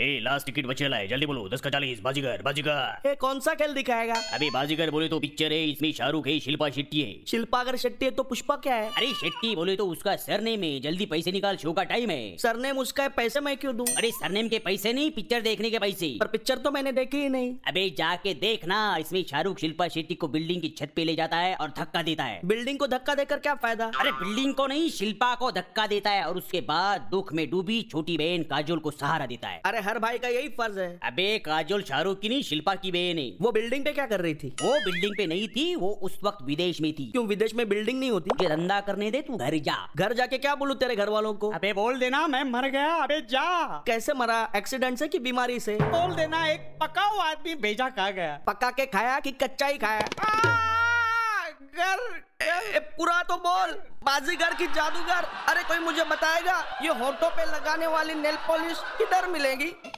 last ticket बचेला है जल्दी बोलो दस का चालीस बाजीगर बाजीगर ये कौन सा खेल दिखाएगा अभी बाजीगर बोले तो पिक्चर है इसमें शाहरुख है शिल्पा शेट्टी है शिल्पा अगर शेट्टी है तो पुष्पा क्या है अरे शेट्टी बोले तो उसका सरनेम है जल्दी पैसे निकाल शो का टाइम है सरनेम उसका है पैसे मैं क्यों दूं अरे सरनेम के पैसे नहीं पिक्चर देखने के पैसे पर पिक्चर तो मैंने देखी ही नहीं अबे जाके देखना इसमें शाहरुख शिल्पा शेट्टी को बिल्डिंग की छत पे ले जाता है और धक्का देता है बिल्डिंग को धक्का देकर क्या फायदा अरे बिल्डिंग को नहीं शिल्पा को धक्का देता है और उसके बाद दुख में डूबी छोटी बहन काजोल को सहारा देता है अरे हर भाई का यही फर्ज है अबे काजोल शाहरुख की नहीं शिल्पा की बहन है वो बिल्डिंग पे क्या कर रही थी वो बिल्डिंग पे नहीं थी वो उस वक्त विदेश में थी क्यों विदेश में बिल्डिंग नहीं होती मुझे धंधा करने दे तू घर जा घर जाके क्या बोलूं तेरे घर वालों को अबे बोल देना मैं मर गया अबे जा कैसे मरा एक्सीडेंट से कि बीमारी से बोल देना एक पका हुआ आदमी भेजा कहा गया पका के खाया कि कच्चा ही खाया आ, घर ए, ए, पूरा तो बोल बाजीगर की जादूगर अरे कोई मुझे बताएगा ये होठों पे लगाने वाली नेल पॉलिश किधर मिलेगी